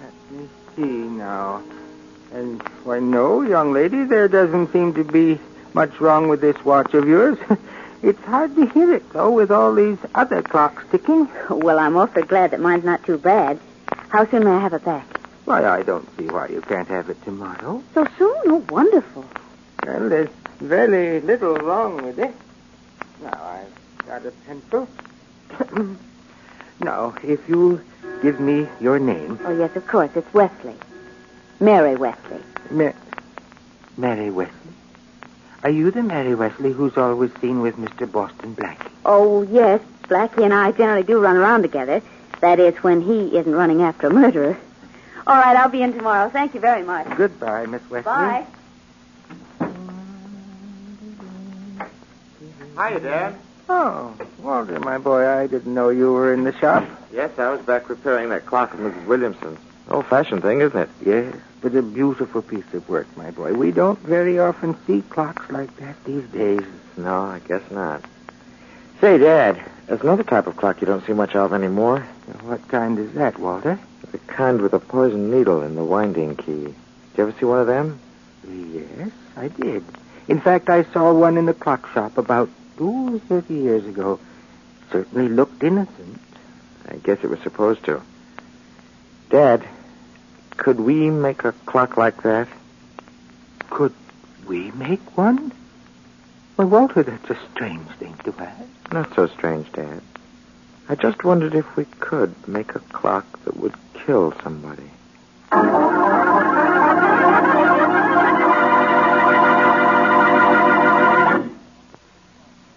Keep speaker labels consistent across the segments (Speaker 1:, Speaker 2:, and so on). Speaker 1: Let me see now. And why, no, young lady, there doesn't seem to be much wrong with this watch of yours. it's hard to hear it, though, with all these other clocks ticking.
Speaker 2: Oh, Well, I'm awfully glad that mine's not too bad. How soon may I have it back?
Speaker 1: Why, I don't see why you can't have it tomorrow.
Speaker 2: So soon? Oh, wonderful.
Speaker 1: Well, there's very little wrong with it. Now, I've got a pencil. now, if you'll give me your name,
Speaker 2: Oh, yes, of course. It's Wesley. Mary Wesley.
Speaker 1: Ma- Mary Wesley. Are you the Mary Wesley who's always seen with Mr. Boston Blackie?
Speaker 2: Oh, yes. Blackie and I generally do run around together. That is, when he isn't running after a murderer. All right, I'll be in tomorrow. Thank you very much.
Speaker 1: Goodbye, Miss Wesley.
Speaker 2: Bye.
Speaker 3: Hiya, Dad.
Speaker 1: Oh, Walter, my boy, I didn't know you were in the shop.
Speaker 3: Yes, I was back repairing that clock of Mrs. Williamson's. Old-fashioned thing, isn't it?
Speaker 1: Yes, but a beautiful piece of work, my boy. We don't very often see clocks like that these days.
Speaker 3: No, I guess not. Say, Dad, there's another type of clock you don't see much of anymore.
Speaker 1: What kind is that, Walter?
Speaker 3: The kind with a poison needle in the winding key. Did you ever see one of them?
Speaker 1: Yes, I did. In fact, I saw one in the clock shop about two thirty years ago. Certainly looked innocent.
Speaker 3: I guess it was supposed to. Dad, could we make a clock like that?
Speaker 1: Could we make one? Well, Walter, that's a strange thing to ask.
Speaker 3: Not so strange, Dad. I just wondered if we could make a clock that would kill somebody.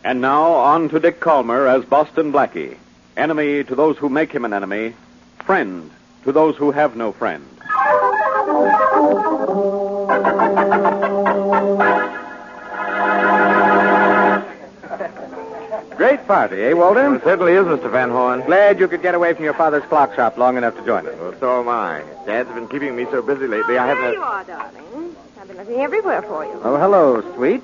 Speaker 4: And now on to Dick Calmer as Boston Blackie. Enemy to those who make him an enemy, friend to those who have no friend. Great party, eh, Walden?
Speaker 3: It certainly is, Mr. Van Horn.
Speaker 4: Glad you could get away from your father's clock shop long enough to join us.
Speaker 3: Well, so am I. Dad's been keeping me so busy lately. I
Speaker 5: There
Speaker 3: haven't.
Speaker 5: you are, darling. I've been looking everywhere for you.
Speaker 4: Oh, hello, sweet.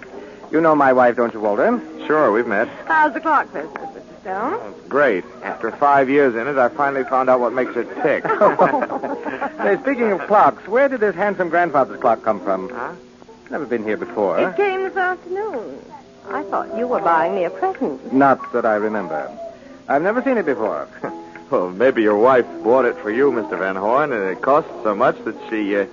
Speaker 4: You know my wife, don't you, Walden?
Speaker 3: Sure, we've met.
Speaker 5: How's the clock business, Mr. Stone?
Speaker 3: It's great. After five years in it, I finally found out what makes her tick.
Speaker 4: Hey, speaking of clocks, where did this handsome grandfather's clock come from?
Speaker 3: Huh?
Speaker 4: Never been here before.
Speaker 5: It came this afternoon. I thought you were buying me a present.
Speaker 4: Not that I remember. I've never seen it before.
Speaker 3: well, maybe your wife bought it for you, Mr. Van Horn, and it cost so much that she uh,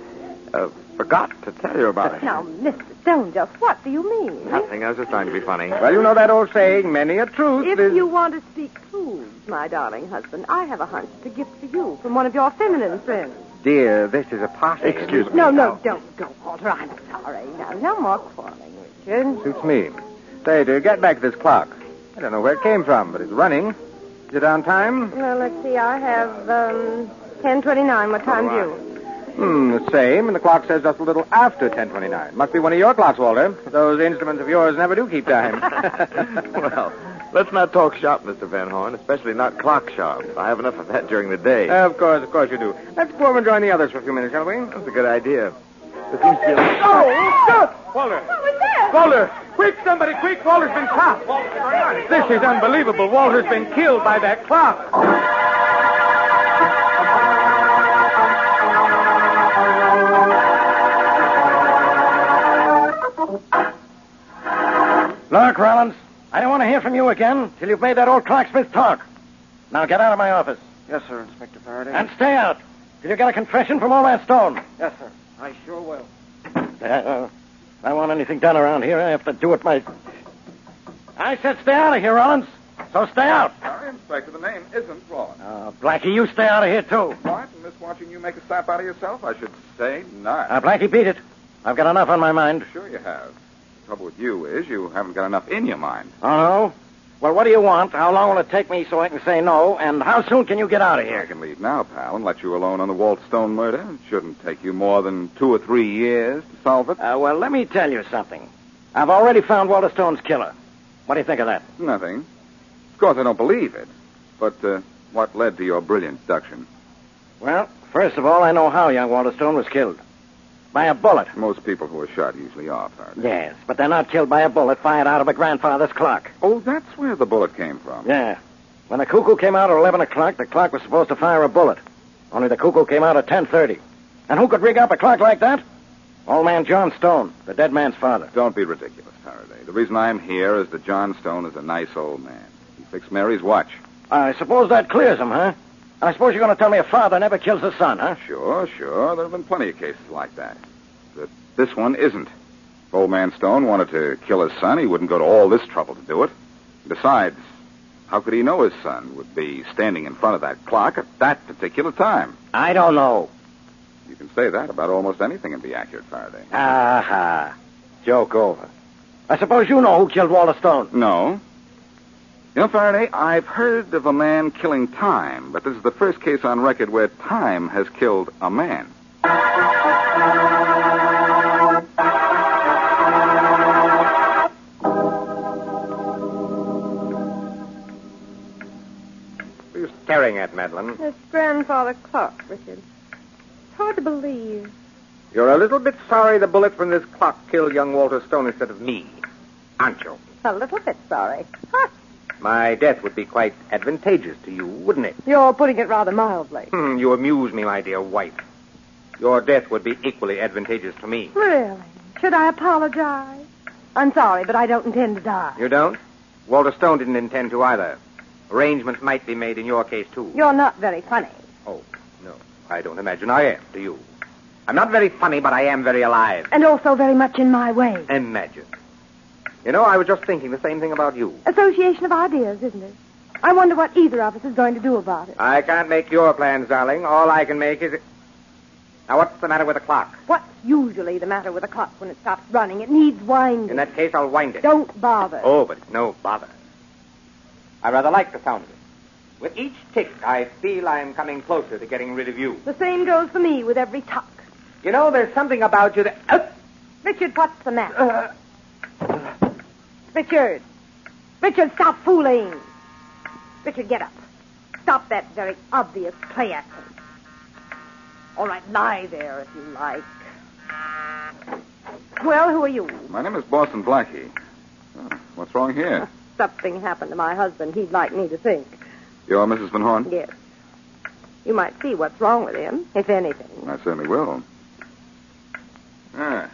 Speaker 3: uh, forgot to tell you about it.
Speaker 5: Now, Mr. Stone, just what do you mean?
Speaker 3: Nothing. I was just trying to be funny.
Speaker 4: well, you know that old saying, many a truth
Speaker 5: If
Speaker 4: is...
Speaker 5: you want to speak truths, my darling husband, I have a hunch it's a gift for you from one of your feminine friends.
Speaker 1: dear, this is a party.
Speaker 3: Excuse me.
Speaker 5: No, no, don't, don't, Walter. I'm sorry. Now, no more quarreling, Richard.
Speaker 1: Suits me. Say, to get back this clock. I don't know where it came from, but it's running. Is it on time?
Speaker 5: Well, let's see. I have um, ten twenty-nine. What time's you?
Speaker 1: Hmm, the same, and the clock says just a little after 1029. Must be one of your clocks, Walter. Those instruments of yours never do keep time.
Speaker 3: well, let's not talk shop, Mr. Van Horn, especially not clock shop. I have enough of that during the day.
Speaker 1: of course, of course you do. Let's go over and join the others for a few minutes, shall we?
Speaker 3: That's a good idea. But seems to be-
Speaker 1: Oh, stop! Walter!
Speaker 5: What was that?
Speaker 1: Walter! Quick, somebody, quick! Walter's been shot! This is unbelievable. Walter's been killed by that clock.
Speaker 6: Look, Rollins, I don't want to hear from you again till you've made that old clocksmith talk. Now get out of my office
Speaker 1: Yes, sir, Inspector Faraday.
Speaker 6: and stay out till you get a confession from all that stone.
Speaker 1: Yes, sir. I sure will.
Speaker 6: Uh, if I want anything done around here, I have to do it my. I said stay out of here, Rollins. So stay out.
Speaker 7: Sorry, Inspector, the name isn't Rollins.
Speaker 6: Uh, Blackie, you stay out of here too.
Speaker 7: What? And this watching you make a slap out of yourself? I should say not.
Speaker 6: Uh, Blackie, beat it. I've got enough on my mind.
Speaker 7: sure you have. The trouble with you is you haven't got enough in your mind.
Speaker 6: Oh no. Well, what do you want? How long will it take me so I can say no? And how soon can you get out of
Speaker 7: I
Speaker 6: here?
Speaker 7: can leave now, pal, and let you alone on the Walt Stone murder. It shouldn't take you more than two or three years to solve it.
Speaker 6: Uh, well, let me tell you something. I've already found Walter Stone's killer. What do you think of that?
Speaker 7: Nothing. Of course, I don't believe it. But uh, what led to your brilliant deduction?
Speaker 6: Well, first of all, I know how young Walter Stone was killed. By a bullet.
Speaker 7: Most people who are shot usually are, Faraday.
Speaker 6: Yes, but they're not killed by a bullet fired out of a grandfather's clock.
Speaker 7: Oh, that's where the bullet came from.
Speaker 6: Yeah. When the cuckoo came out at 11 o'clock, the clock was supposed to fire a bullet. Only the cuckoo came out at 10.30. And who could rig up a clock like that? Old man John Stone, the dead man's father.
Speaker 7: Don't be ridiculous, Faraday. The reason I'm here is that John Stone is a nice old man. He fixed Mary's watch.
Speaker 6: I suppose that clears him, huh? I suppose you're going to tell me a father never kills his son, huh?
Speaker 7: Sure, sure. There have been plenty of cases like that. But this one isn't. If old man Stone wanted to kill his son, he wouldn't go to all this trouble to do it. Besides, how could he know his son would be standing in front of that clock at that particular time?
Speaker 6: I don't know.
Speaker 7: You can say that about almost anything and be accurate, Faraday.
Speaker 6: Aha. Joke over. I suppose you know who killed Walter Stone.
Speaker 7: No. You know, Faraday, I've heard of a man killing time, but this is the first case on record where time has killed a man.
Speaker 1: What are you staring at, Madeline?
Speaker 5: It's grandfather clock, Richard. It's hard to believe.
Speaker 1: You're a little bit sorry the bullet from this clock killed young Walter Stone instead of me, aren't you?
Speaker 5: A little bit sorry.
Speaker 1: My death would be quite advantageous to you, wouldn't it?
Speaker 5: You're putting it rather mildly.
Speaker 1: Hmm, you amuse me, my dear wife. Your death would be equally advantageous to me.
Speaker 5: Really? Should I apologize? I'm sorry, but I don't intend to die.
Speaker 1: You don't? Walter Stone didn't intend to either. Arrangements might be made in your case, too.
Speaker 5: You're not very funny.
Speaker 1: Oh, no. I don't imagine I am, do you? I'm not very funny, but I am very alive.
Speaker 5: And also very much in my way.
Speaker 1: Imagine. You know, I was just thinking the same thing about you.
Speaker 5: Association of ideas, isn't it? I wonder what either of us is going to do about it.
Speaker 1: I can't make your plans, darling. All I can make is. Now, what's the matter with the clock?
Speaker 5: What's usually the matter with a clock when it stops running? It needs winding.
Speaker 1: In that case, I'll wind it.
Speaker 5: Don't bother.
Speaker 1: Oh, but it's no bother. I rather like the sound of it. With each tick, I feel I'm coming closer to getting rid of you.
Speaker 5: The same goes for me with every tuck.
Speaker 1: You know, there's something about you that. Oh,
Speaker 5: Richard, what's the matter? Uh. Richard. Richard, stop fooling. Richard, get up. Stop that very obvious play acting. All right, lie there if you like. Well, who are you?
Speaker 7: My name is Boston Blackie. Oh, what's wrong here?
Speaker 5: Something happened to my husband. He'd like me to think.
Speaker 7: You're Mrs. Van Horn?
Speaker 5: Yes. You might see what's wrong with him, if anything.
Speaker 7: I certainly will. Ah.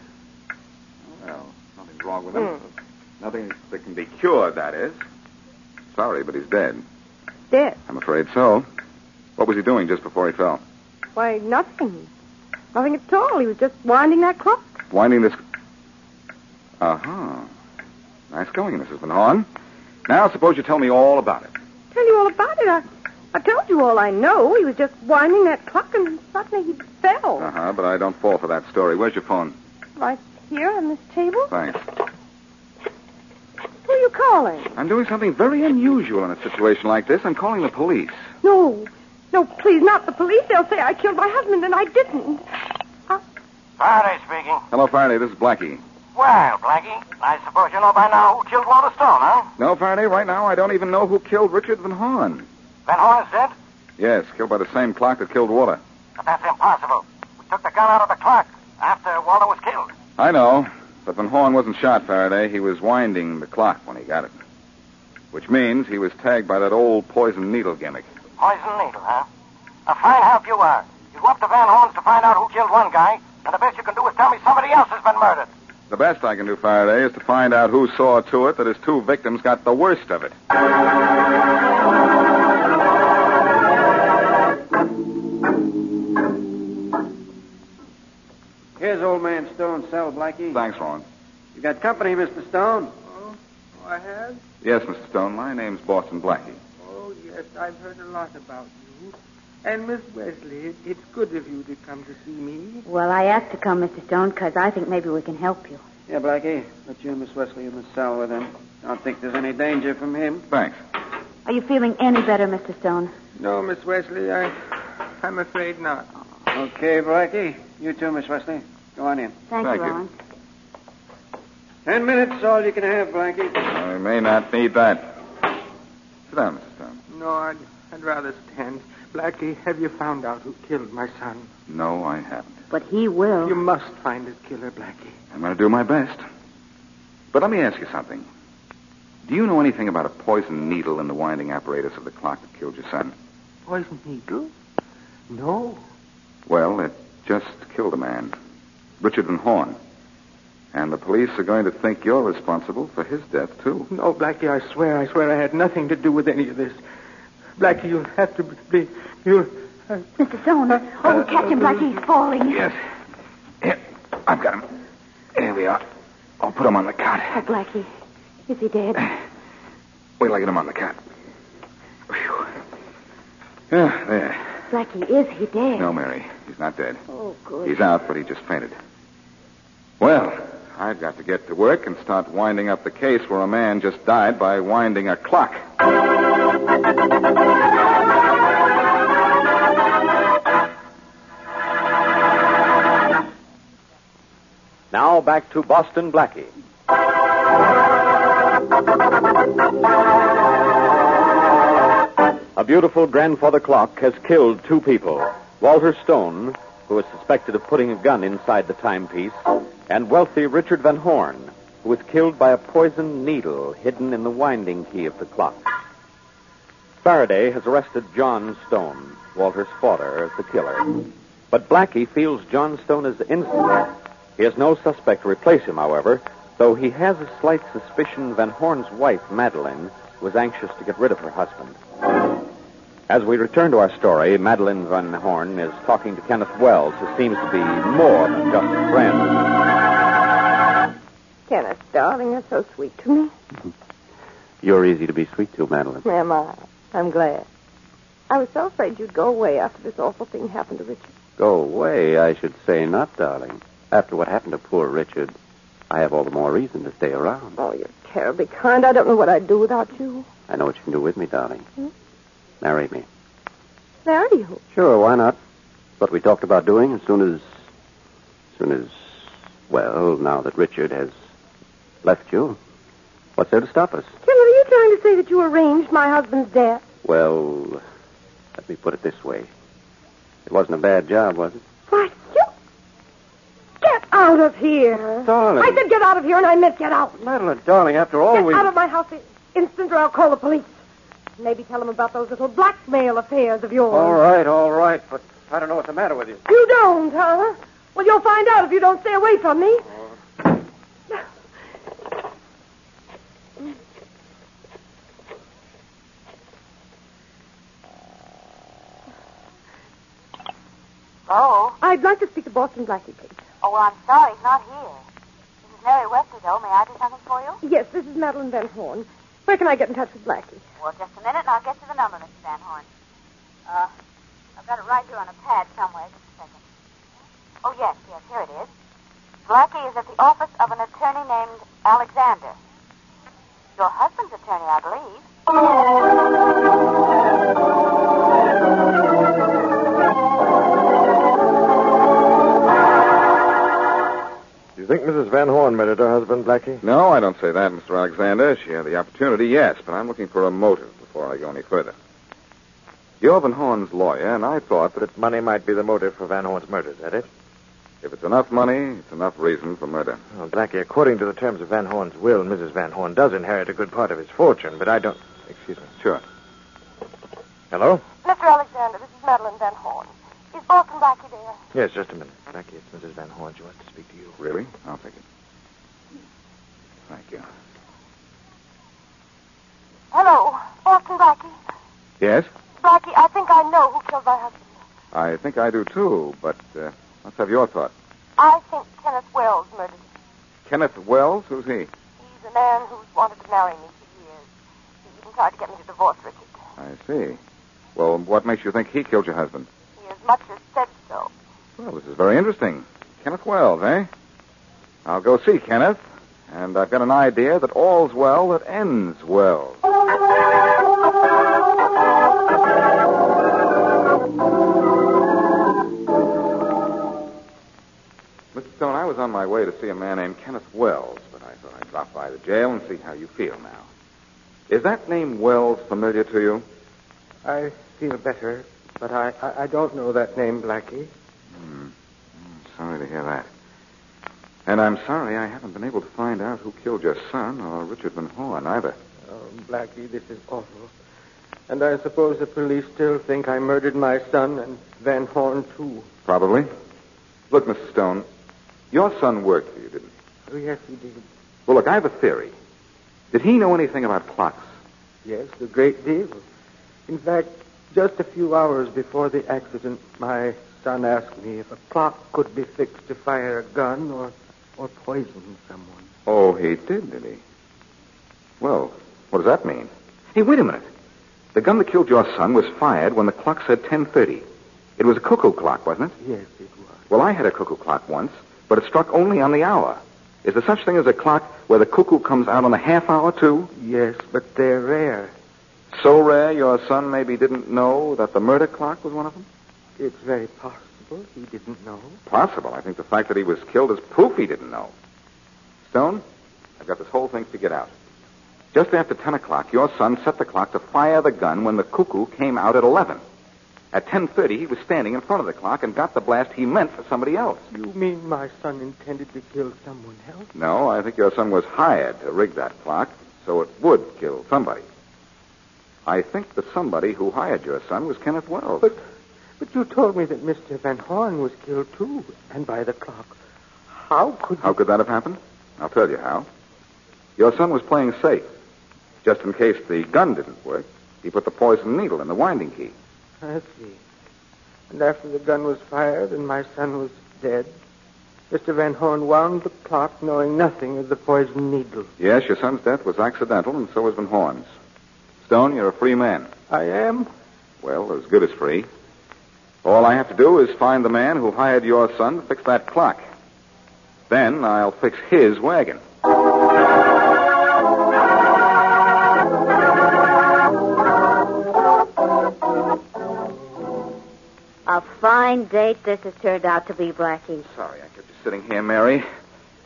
Speaker 7: Well, nothing's wrong with him.
Speaker 1: Hmm.
Speaker 7: Nothing that can be cured, that is. Sorry, but he's dead.
Speaker 5: Dead.
Speaker 7: I'm afraid so. What was he doing just before he fell?
Speaker 5: Why, nothing. Nothing at all. He was just winding that clock.
Speaker 7: Winding this. Uh huh. Nice going, Mrs. Van Horn. Now, suppose you tell me all about it.
Speaker 5: Tell you all about it. I,
Speaker 8: I told you all I know. He was just winding that clock and suddenly he fell.
Speaker 7: Uh huh, but I don't fall for that story. Where's your phone?
Speaker 8: Right here on this table.
Speaker 7: Thanks.
Speaker 8: Who are you calling?
Speaker 7: I'm doing something very unusual in a situation like this. I'm calling the police.
Speaker 8: No. No, please, not the police. They'll say I killed my husband and I didn't.
Speaker 9: Uh,
Speaker 10: Faraday speaking.
Speaker 7: Hello, Faraday. This is Blackie.
Speaker 10: Well, Blackie, I suppose you know by now who killed Walter Stone, huh?
Speaker 7: No, Faraday, right now I don't even know who killed Richard Van Horn.
Speaker 10: Van Horn's dead?
Speaker 7: Yes, killed by the same clock that killed Walter.
Speaker 10: But that's impossible. We took the gun out of the clock after Walter was killed.
Speaker 7: I know, but Van Horn wasn't shot, Faraday. He was winding the clock when he got it. Which means he was tagged by that old poison needle gimmick.
Speaker 10: Poison needle, huh? A fine help you are. You go up to Van Horn's to find out who killed one guy, and the best you can do is tell me somebody else has been murdered.
Speaker 7: The best I can do, Faraday, is to find out who saw to it that his two victims got the worst of it.
Speaker 11: Here's old man Stone's cell, Blackie.
Speaker 7: Thanks, Ron.
Speaker 11: You got company, Mr. Stone?
Speaker 1: Oh, I have?
Speaker 7: Yes, Mr. Stone, my name's Boston Blackie.
Speaker 1: Oh, yes, I've heard a lot about you. And, Miss Wesley, it's good of you to come to see me.
Speaker 9: Well, I asked to come, Mr. Stone, because I think maybe we can help you.
Speaker 11: Yeah, Blackie. Put you and Miss Wesley in the cell with him. I don't think there's any danger from him.
Speaker 7: Thanks.
Speaker 9: Are you feeling any better, Mr. Stone?
Speaker 1: No, Miss Wesley, I, I'm afraid not.
Speaker 11: Okay, Blackie. You too, Miss Wesley. Go on in.
Speaker 9: Thank,
Speaker 7: Thank
Speaker 9: you,
Speaker 7: you.
Speaker 9: Ron.
Speaker 11: Ten minutes all you can have, Blackie.
Speaker 7: I may not need that. Sit down, Mr. Stone.
Speaker 1: No, I'd, I'd rather stand. Blackie, have you found out who killed my son?
Speaker 7: No, I haven't.
Speaker 9: But he will.
Speaker 1: You must find his killer, Blackie.
Speaker 7: I'm going to do my best. But let me ask you something. Do you know anything about a poison needle in the winding apparatus of the clock that killed your son?
Speaker 1: Poison needle? No.
Speaker 7: Well, it just killed a man, Richard Van Horn. And the police are going to think you're responsible for his death, too.
Speaker 1: No, Oh, Blackie, I swear, I swear I had nothing to do with any of this. Blackie, you'll have to be. You'll.
Speaker 9: Mr. Stone. Oh, catch him, Blackie. He's falling.
Speaker 7: Yes. Here, I've got him. Here we are. I'll put him on the cot.
Speaker 9: Oh, Blackie. Is he dead?
Speaker 7: Wait till I get him on the cot. Phew. Yeah, Ah, there.
Speaker 9: Blackie, is he dead?
Speaker 7: No, Mary. He's not dead.
Speaker 9: Oh, good.
Speaker 7: He's out, but he just fainted. Well, I've got to get to work and start winding up the case where a man just died by winding a clock.
Speaker 6: Now back to Boston Blackie. A beautiful grandfather clock has killed two people Walter Stone, who is suspected of putting a gun inside the timepiece, and wealthy Richard Van Horn, who was killed by a poisoned needle hidden in the winding key of the clock. Faraday has arrested John Stone, Walter's father, as the killer. But Blackie feels John Stone is innocent. He has no suspect to replace him, however, though he has a slight suspicion Van Horn's wife, Madeline, was anxious to get rid of her husband. As we return to our story, Madeline Van Horn is talking to Kenneth Wells, who seems to be more than just a friend.
Speaker 5: Kenneth, darling, you're so sweet to me.
Speaker 12: You're easy to be sweet to, Madeline.
Speaker 5: Am I? I'm glad. I was so afraid you'd go away after this awful thing happened to Richard.
Speaker 12: Go away, I should say not, darling. After what happened to poor Richard, I have all the more reason to stay around.
Speaker 5: Oh, you're terribly kind. I don't know what I'd do without you.
Speaker 12: I know what you can do with me, darling.
Speaker 5: Hmm?
Speaker 12: Marry me.
Speaker 5: Marry you.
Speaker 12: Sure, why not? What we talked about doing as soon as. As soon as. Well, now that Richard has left you, what's there to stop us?
Speaker 5: Kenneth, are you trying to say that you arranged my husband's death?
Speaker 12: Well, let me put it this way. It wasn't a bad job, was it?
Speaker 5: Why, you... Get out of here.
Speaker 12: Darling.
Speaker 5: I said get out of here, and I meant get out.
Speaker 12: Madeline, darling, after all,
Speaker 5: get
Speaker 12: we.
Speaker 5: out of my house i- instant, or I'll call the police. Maybe tell them about those little blackmail affairs of yours.
Speaker 11: All right, all right, but I don't know what's the matter with you.
Speaker 5: You don't, huh? Well, you'll find out if you don't stay away from me.
Speaker 2: Oh?
Speaker 5: I'd like to speak to Boston Blackie, please.
Speaker 2: Oh, well, I'm sorry he's not here. This is Mary Wesley, though. May I do something for you?
Speaker 5: Yes, this is Madeline Van Horn. Where can I get in touch with Blackie?
Speaker 2: Well, just a minute, and I'll get you the number, Mr. Van Horn.
Speaker 5: Uh, I've got it right here on a pad somewhere. Just a second. Oh, yes, yes, here it is. Blackie is at the office of an attorney named Alexander. Your husband's attorney, I believe.
Speaker 7: Do you think Mrs. Van Horn murdered her husband, Blackie? No, I don't say that, Mr. Alexander. She had the opportunity, yes, but I'm looking for a motive before I go any further. You're Van Horn's lawyer, and I thought that money might be the motive for Van Horn's murder. Is that it? If it's enough money, it's enough reason for murder.
Speaker 6: Well, Blackie, according to the terms of Van Horn's will, Mrs. Van Horn does inherit a good part of his fortune, but I don't. Excuse me.
Speaker 7: Sure.
Speaker 6: Hello?
Speaker 5: Mr. Alexander, this is Madeline Van Horn. Is Orson Blackie there?
Speaker 6: Yes, just a minute. Blackie, it's Mrs. Van Horn. She wants to speak to you.
Speaker 7: Really? I'll take it. Thank you.
Speaker 5: Hello, Orson Blackie.
Speaker 7: Yes?
Speaker 5: Blackie, I think I know who killed my husband.
Speaker 7: I think I do too, but uh, let's have your thought.
Speaker 5: I think Kenneth Wells murdered him.
Speaker 7: Kenneth Wells, who's he?
Speaker 5: He's a man who's wanted to marry me for years. He even tried to get me to divorce Richard.
Speaker 7: I see. Well, what makes you think he killed your husband?
Speaker 5: He as much as said so.
Speaker 7: Well, this is very interesting. Kenneth Wells, eh? I'll go see Kenneth, and I've got an idea that all's well that ends well. Mr. Stone, I was on my way to see a man named Kenneth Wells, but I thought I'd drop by the jail and see how you feel now. Is that name Wells familiar to you?
Speaker 1: I feel better, but I, I, I don't know that name, Blackie.
Speaker 7: Sorry to hear that. And I'm sorry I haven't been able to find out who killed your son or Richard Van Horn either.
Speaker 1: Oh, Blackie, this is awful. And I suppose the police still think I murdered my son and Van Horn, too.
Speaker 7: Probably. Look, Mr. Stone, your son worked for you, didn't he?
Speaker 1: Oh, yes, he did.
Speaker 7: Well, look, I have a theory. Did he know anything about clocks?
Speaker 1: Yes, a great deal. In fact, just a few hours before the accident, my son asked me if a clock could be fixed to fire a gun or, or poison someone.
Speaker 7: Oh, he did, did he? Well, what does that mean? Hey, wait a minute. The gun that killed your son was fired when the clock said 10.30. It was a cuckoo clock, wasn't it?
Speaker 1: Yes, it was.
Speaker 7: Well, I had a cuckoo clock once, but it struck only on the hour. Is there such thing as a clock where the cuckoo comes out on the half hour, too?
Speaker 1: Yes, but they're rare.
Speaker 7: So rare your son maybe didn't know that the murder clock was one of them?
Speaker 1: It's very possible he didn't know.
Speaker 7: Possible. I think the fact that he was killed is proof he didn't know. Stone, I've got this whole thing figured out. Just after 10 o'clock, your son set the clock to fire the gun when the cuckoo came out at 11. At 10.30, he was standing in front of the clock and got the blast he meant for somebody else.
Speaker 1: You mean my son intended to kill someone else?
Speaker 7: No, I think your son was hired to rig that clock so it would kill somebody. I think the somebody who hired your son was Kenneth Wells.
Speaker 1: But, but you told me that Mr. Van Horn was killed, too, and by the clock. How could
Speaker 7: How could that have happened? I'll tell you how. Your son was playing safe. Just in case the gun didn't work, he put the poison needle in the winding key.
Speaker 1: I see. And after the gun was fired and my son was dead, Mr. Van Horn wound the clock knowing nothing of the poison needle.
Speaker 7: Yes, your son's death was accidental, and so was Van Horn's. Stone, you're a free man.
Speaker 1: I am.
Speaker 7: Well, as good as free. All I have to do is find the man who hired your son to fix that clock. Then I'll fix his wagon.
Speaker 2: A fine date this has turned out to be, Blackie.
Speaker 7: Sorry, I kept you sitting here, Mary.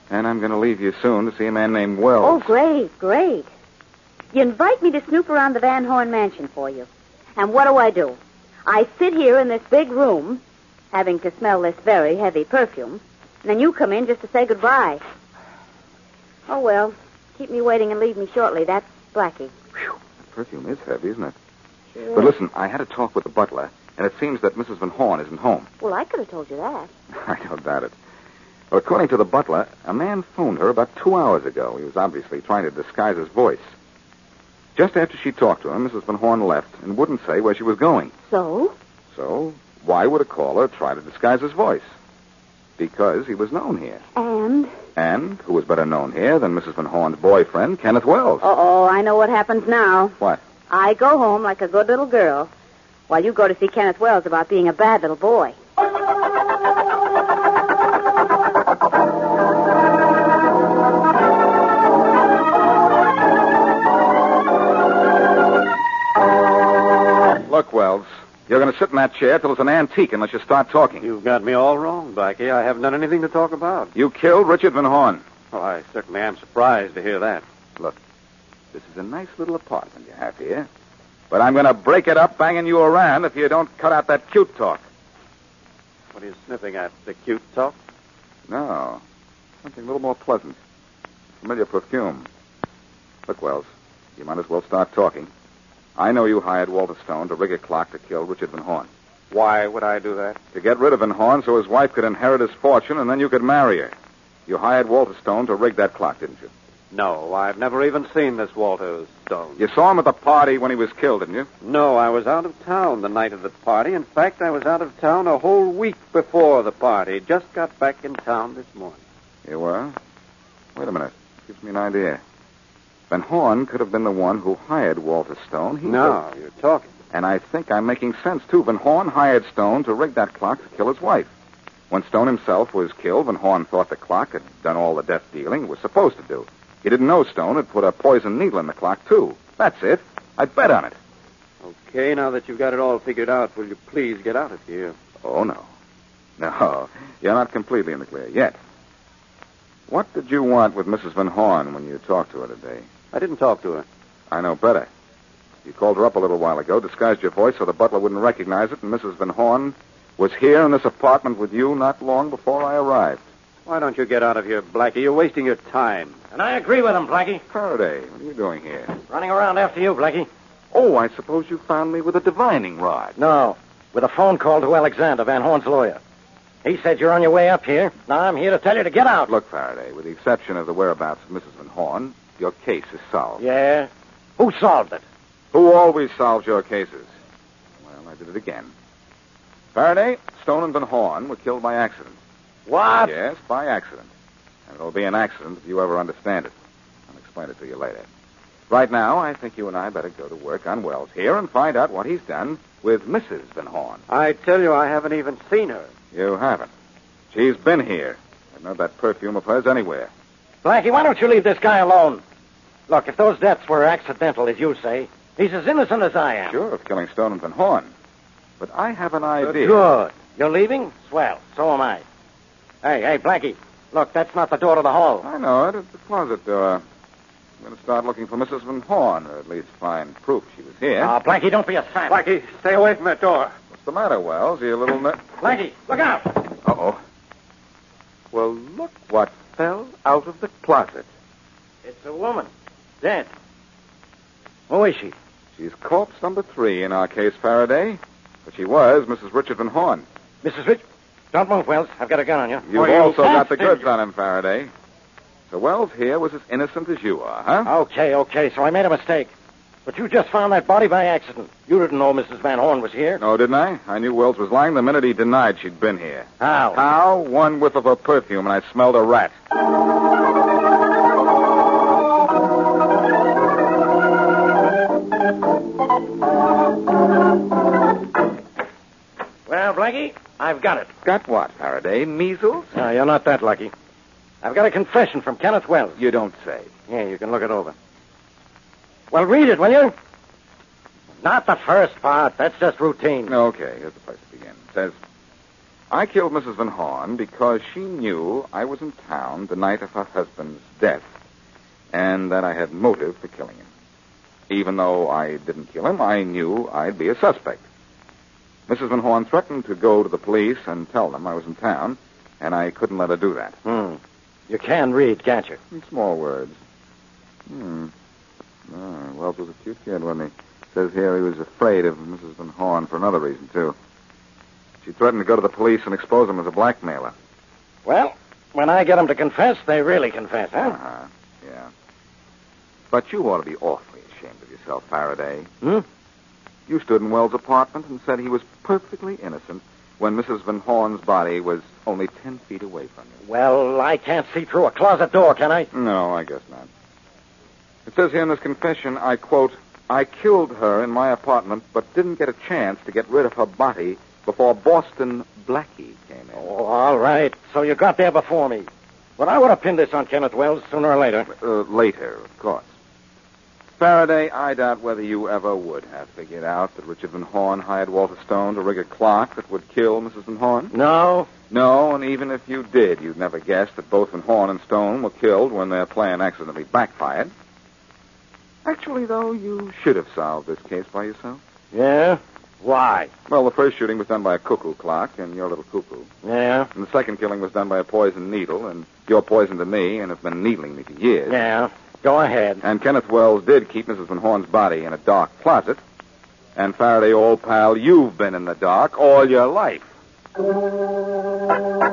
Speaker 7: And I'm going to leave you soon to see a man named Wells.
Speaker 2: Oh, great, great. You invite me to snoop around the Van Horn mansion for you. And what do I do? I sit here in this big room, having to smell this very heavy perfume, and then you come in just to say goodbye. Oh, well, keep me waiting and leave me shortly. That's Blackie.
Speaker 7: That perfume is heavy, isn't it? But listen, I had a talk with the butler, and it seems that Mrs. Van Horn isn't home.
Speaker 2: Well, I could have told you that.
Speaker 7: I don't doubt it. Well, according to the butler, a man phoned her about two hours ago. He was obviously trying to disguise his voice. Just after she talked to him, Mrs. Van Horn left and wouldn't say where she was going.
Speaker 2: So?
Speaker 7: So, why would a caller try to disguise his voice? Because he was known here.
Speaker 2: And?
Speaker 7: And who was better known here than Mrs. Van Horn's boyfriend, Kenneth Wells?
Speaker 2: Uh-oh, I know what happens now.
Speaker 7: What?
Speaker 2: I go home like a good little girl. while you go to see Kenneth Wells about being a bad little boy.
Speaker 7: Look, Wells, you're going to sit in that chair till it's an antique unless you start talking.
Speaker 4: You've got me all wrong, Blackie. I haven't done anything to talk about.
Speaker 7: You killed Richard Van Horn.
Speaker 4: Well, I certainly am surprised to hear that.
Speaker 7: Look, this is a nice little apartment you have here, but I'm going to break it up banging you around if you don't cut out that cute talk.
Speaker 4: What are you sniffing at? The cute talk?
Speaker 7: No, something a little more pleasant. Familiar perfume. Look, Wells, you might as well start talking. I know you hired Walter Stone to rig a clock to kill Richard Van Horn.
Speaker 4: Why would I do that?
Speaker 7: To get rid of Van Horn so his wife could inherit his fortune and then you could marry her. You hired Walter Stone to rig that clock, didn't you?
Speaker 4: No, I've never even seen this Walter Stone.
Speaker 7: You saw him at the party when he was killed, didn't you?
Speaker 4: No, I was out of town the night of the party. In fact, I was out of town a whole week before the party. Just got back in town this morning.
Speaker 7: You were? Wait a minute. Gives me an idea. Van Horn could have been the one who hired Walter Stone.
Speaker 6: Mm-hmm.
Speaker 7: He
Speaker 4: no, you're talking.
Speaker 7: And I think I'm making sense, too. Van Horn hired Stone to rig that clock to kill his wife. When Stone himself was killed, Van Horn thought the clock had done all the death dealing it was supposed to do. He didn't know Stone had put a poison needle in the clock, too. That's it. I bet on it.
Speaker 4: Okay, now that you've got it all figured out, will you please get out of here?
Speaker 7: Oh, no. No, you're not completely in the clear yet. What did you want with Mrs. Van Horn when you talked to her today?
Speaker 4: I didn't talk to her.
Speaker 7: I know better. You called her up a little while ago, disguised your voice so the butler wouldn't recognize it, and Mrs. Van Horn was here in this apartment with you not long before I arrived.
Speaker 4: Why don't you get out of here, Blackie? You're wasting your time.
Speaker 6: And I agree with him, Blackie.
Speaker 7: Faraday, what are you doing here?
Speaker 6: Running around after you, Blackie.
Speaker 7: Oh, I suppose you found me with a divining rod.
Speaker 6: No, with a phone call to Alexander, Van Horn's lawyer. He said you're on your way up here. Now I'm here to tell you to get out.
Speaker 7: Look, Faraday, with the exception of the whereabouts of Mrs. Van Horn, your case is solved.
Speaker 6: Yeah? Who solved it?
Speaker 7: Who always solves your cases? Well, I did it again. Faraday, Stone and Van Horn were killed by accident.
Speaker 6: What?
Speaker 7: Yes, by accident. And it'll be an accident if you ever understand it. I'll explain it to you later. Right now, I think you and I better go to work on Wells here and find out what he's done with Mrs. Van Horn.
Speaker 4: I tell you, I haven't even seen her.
Speaker 7: You haven't. She's been here. I've known that perfume of hers anywhere.
Speaker 6: Blackie, why don't you leave this guy alone? Look, if those deaths were accidental, as you say, he's as innocent as I am.
Speaker 7: Sure, of killing Stone and Van Horn. But I have an idea.
Speaker 6: Good. You're leaving? Swell. So am I. Hey, hey, Blackie. Look, that's not the door to the hall.
Speaker 7: I know it. It's the closet door. I'm going to start looking for Mrs. Van Horn, or at least find proof she was here.
Speaker 6: Now, Ah, Blackie, don't be a sap.
Speaker 4: Blackie, stay away from that door.
Speaker 7: What's the matter, Wells? Are you a little ner-
Speaker 6: Blackie, look out!
Speaker 7: Uh-oh. Well, look what fell out of the closet.
Speaker 6: It's a woman. Dead. Who is she?
Speaker 7: She's corpse number three in our case, Faraday. But she was Mrs. Richard Van Horn.
Speaker 6: Mrs. Rich. Don't move, Wells. I've got a gun on you.
Speaker 7: You've also got the goods on him, Faraday. So Wells here was as innocent as you are, huh?
Speaker 6: Okay, okay. So I made a mistake. But you just found that body by accident. You didn't know Mrs. Van Horn was here.
Speaker 7: No, didn't I? I knew Wells was lying the minute he denied she'd been here.
Speaker 6: How?
Speaker 7: How? One whiff of her perfume, and I smelled a rat.
Speaker 6: Well, Blackie, I've got it.
Speaker 7: Got what, Faraday? Measles?
Speaker 6: No, you're not that lucky. I've got a confession from Kenneth Wells.
Speaker 7: You don't say.
Speaker 6: Yeah, you can look it over. Well, read it, will you? Not the first part. That's just routine.
Speaker 7: Okay, here's the place to begin. It says, I killed Mrs. Van Horn because she knew I was in town the night of her husband's death and that I had motive for killing him. Even though I didn't kill him, I knew I'd be a suspect. Mrs. Van Horn threatened to go to the police and tell them I was in town, and I couldn't let her do that.
Speaker 6: Hmm. You can read, can't you?
Speaker 7: In small words. Hmm. Ah, Wells was a cute kid, wasn't he? Says here he was afraid of Mrs. Van Horn for another reason, too. She threatened to go to the police and expose him as a blackmailer.
Speaker 6: Well, when I get them to confess, they really confess, huh?
Speaker 7: Uh-huh. Yeah. But you ought to be awfully ashamed of yourself, Faraday.
Speaker 6: Hmm?
Speaker 7: You stood in Wells' apartment and said he was perfectly innocent when Mrs. Van Horn's body was only ten feet away from you.
Speaker 6: Well, I can't see through a closet door, can I?
Speaker 7: No, I guess not. It says here in this confession, I quote, I killed her in my apartment, but didn't get a chance to get rid of her body before Boston Blackie came in.
Speaker 6: Oh, all right. So you got there before me. But I would have pinned this on Kenneth Wells sooner or later.
Speaker 7: Uh, later, of course. Faraday, I doubt whether you ever would have figured out that Richard Van Horn hired Walter Stone to rig a clock that would kill Mrs. Van Horn.
Speaker 6: No.
Speaker 7: No, and even if you did, you'd never guess that both Van Horn and Stone were killed when their plan accidentally backfired. Actually, though, you should have solved this case by yourself.
Speaker 6: Yeah? Why?
Speaker 7: Well, the first shooting was done by a cuckoo clock and your little cuckoo.
Speaker 6: Yeah?
Speaker 7: And the second killing was done by a poisoned needle, and you're poison to me and have been needling me for years.
Speaker 6: Yeah. Go ahead.
Speaker 7: And Kenneth Wells did keep Mrs. Van Horn's body in a dark closet. And Faraday, old pal, you've been in the dark all your life.
Speaker 13: Thank you.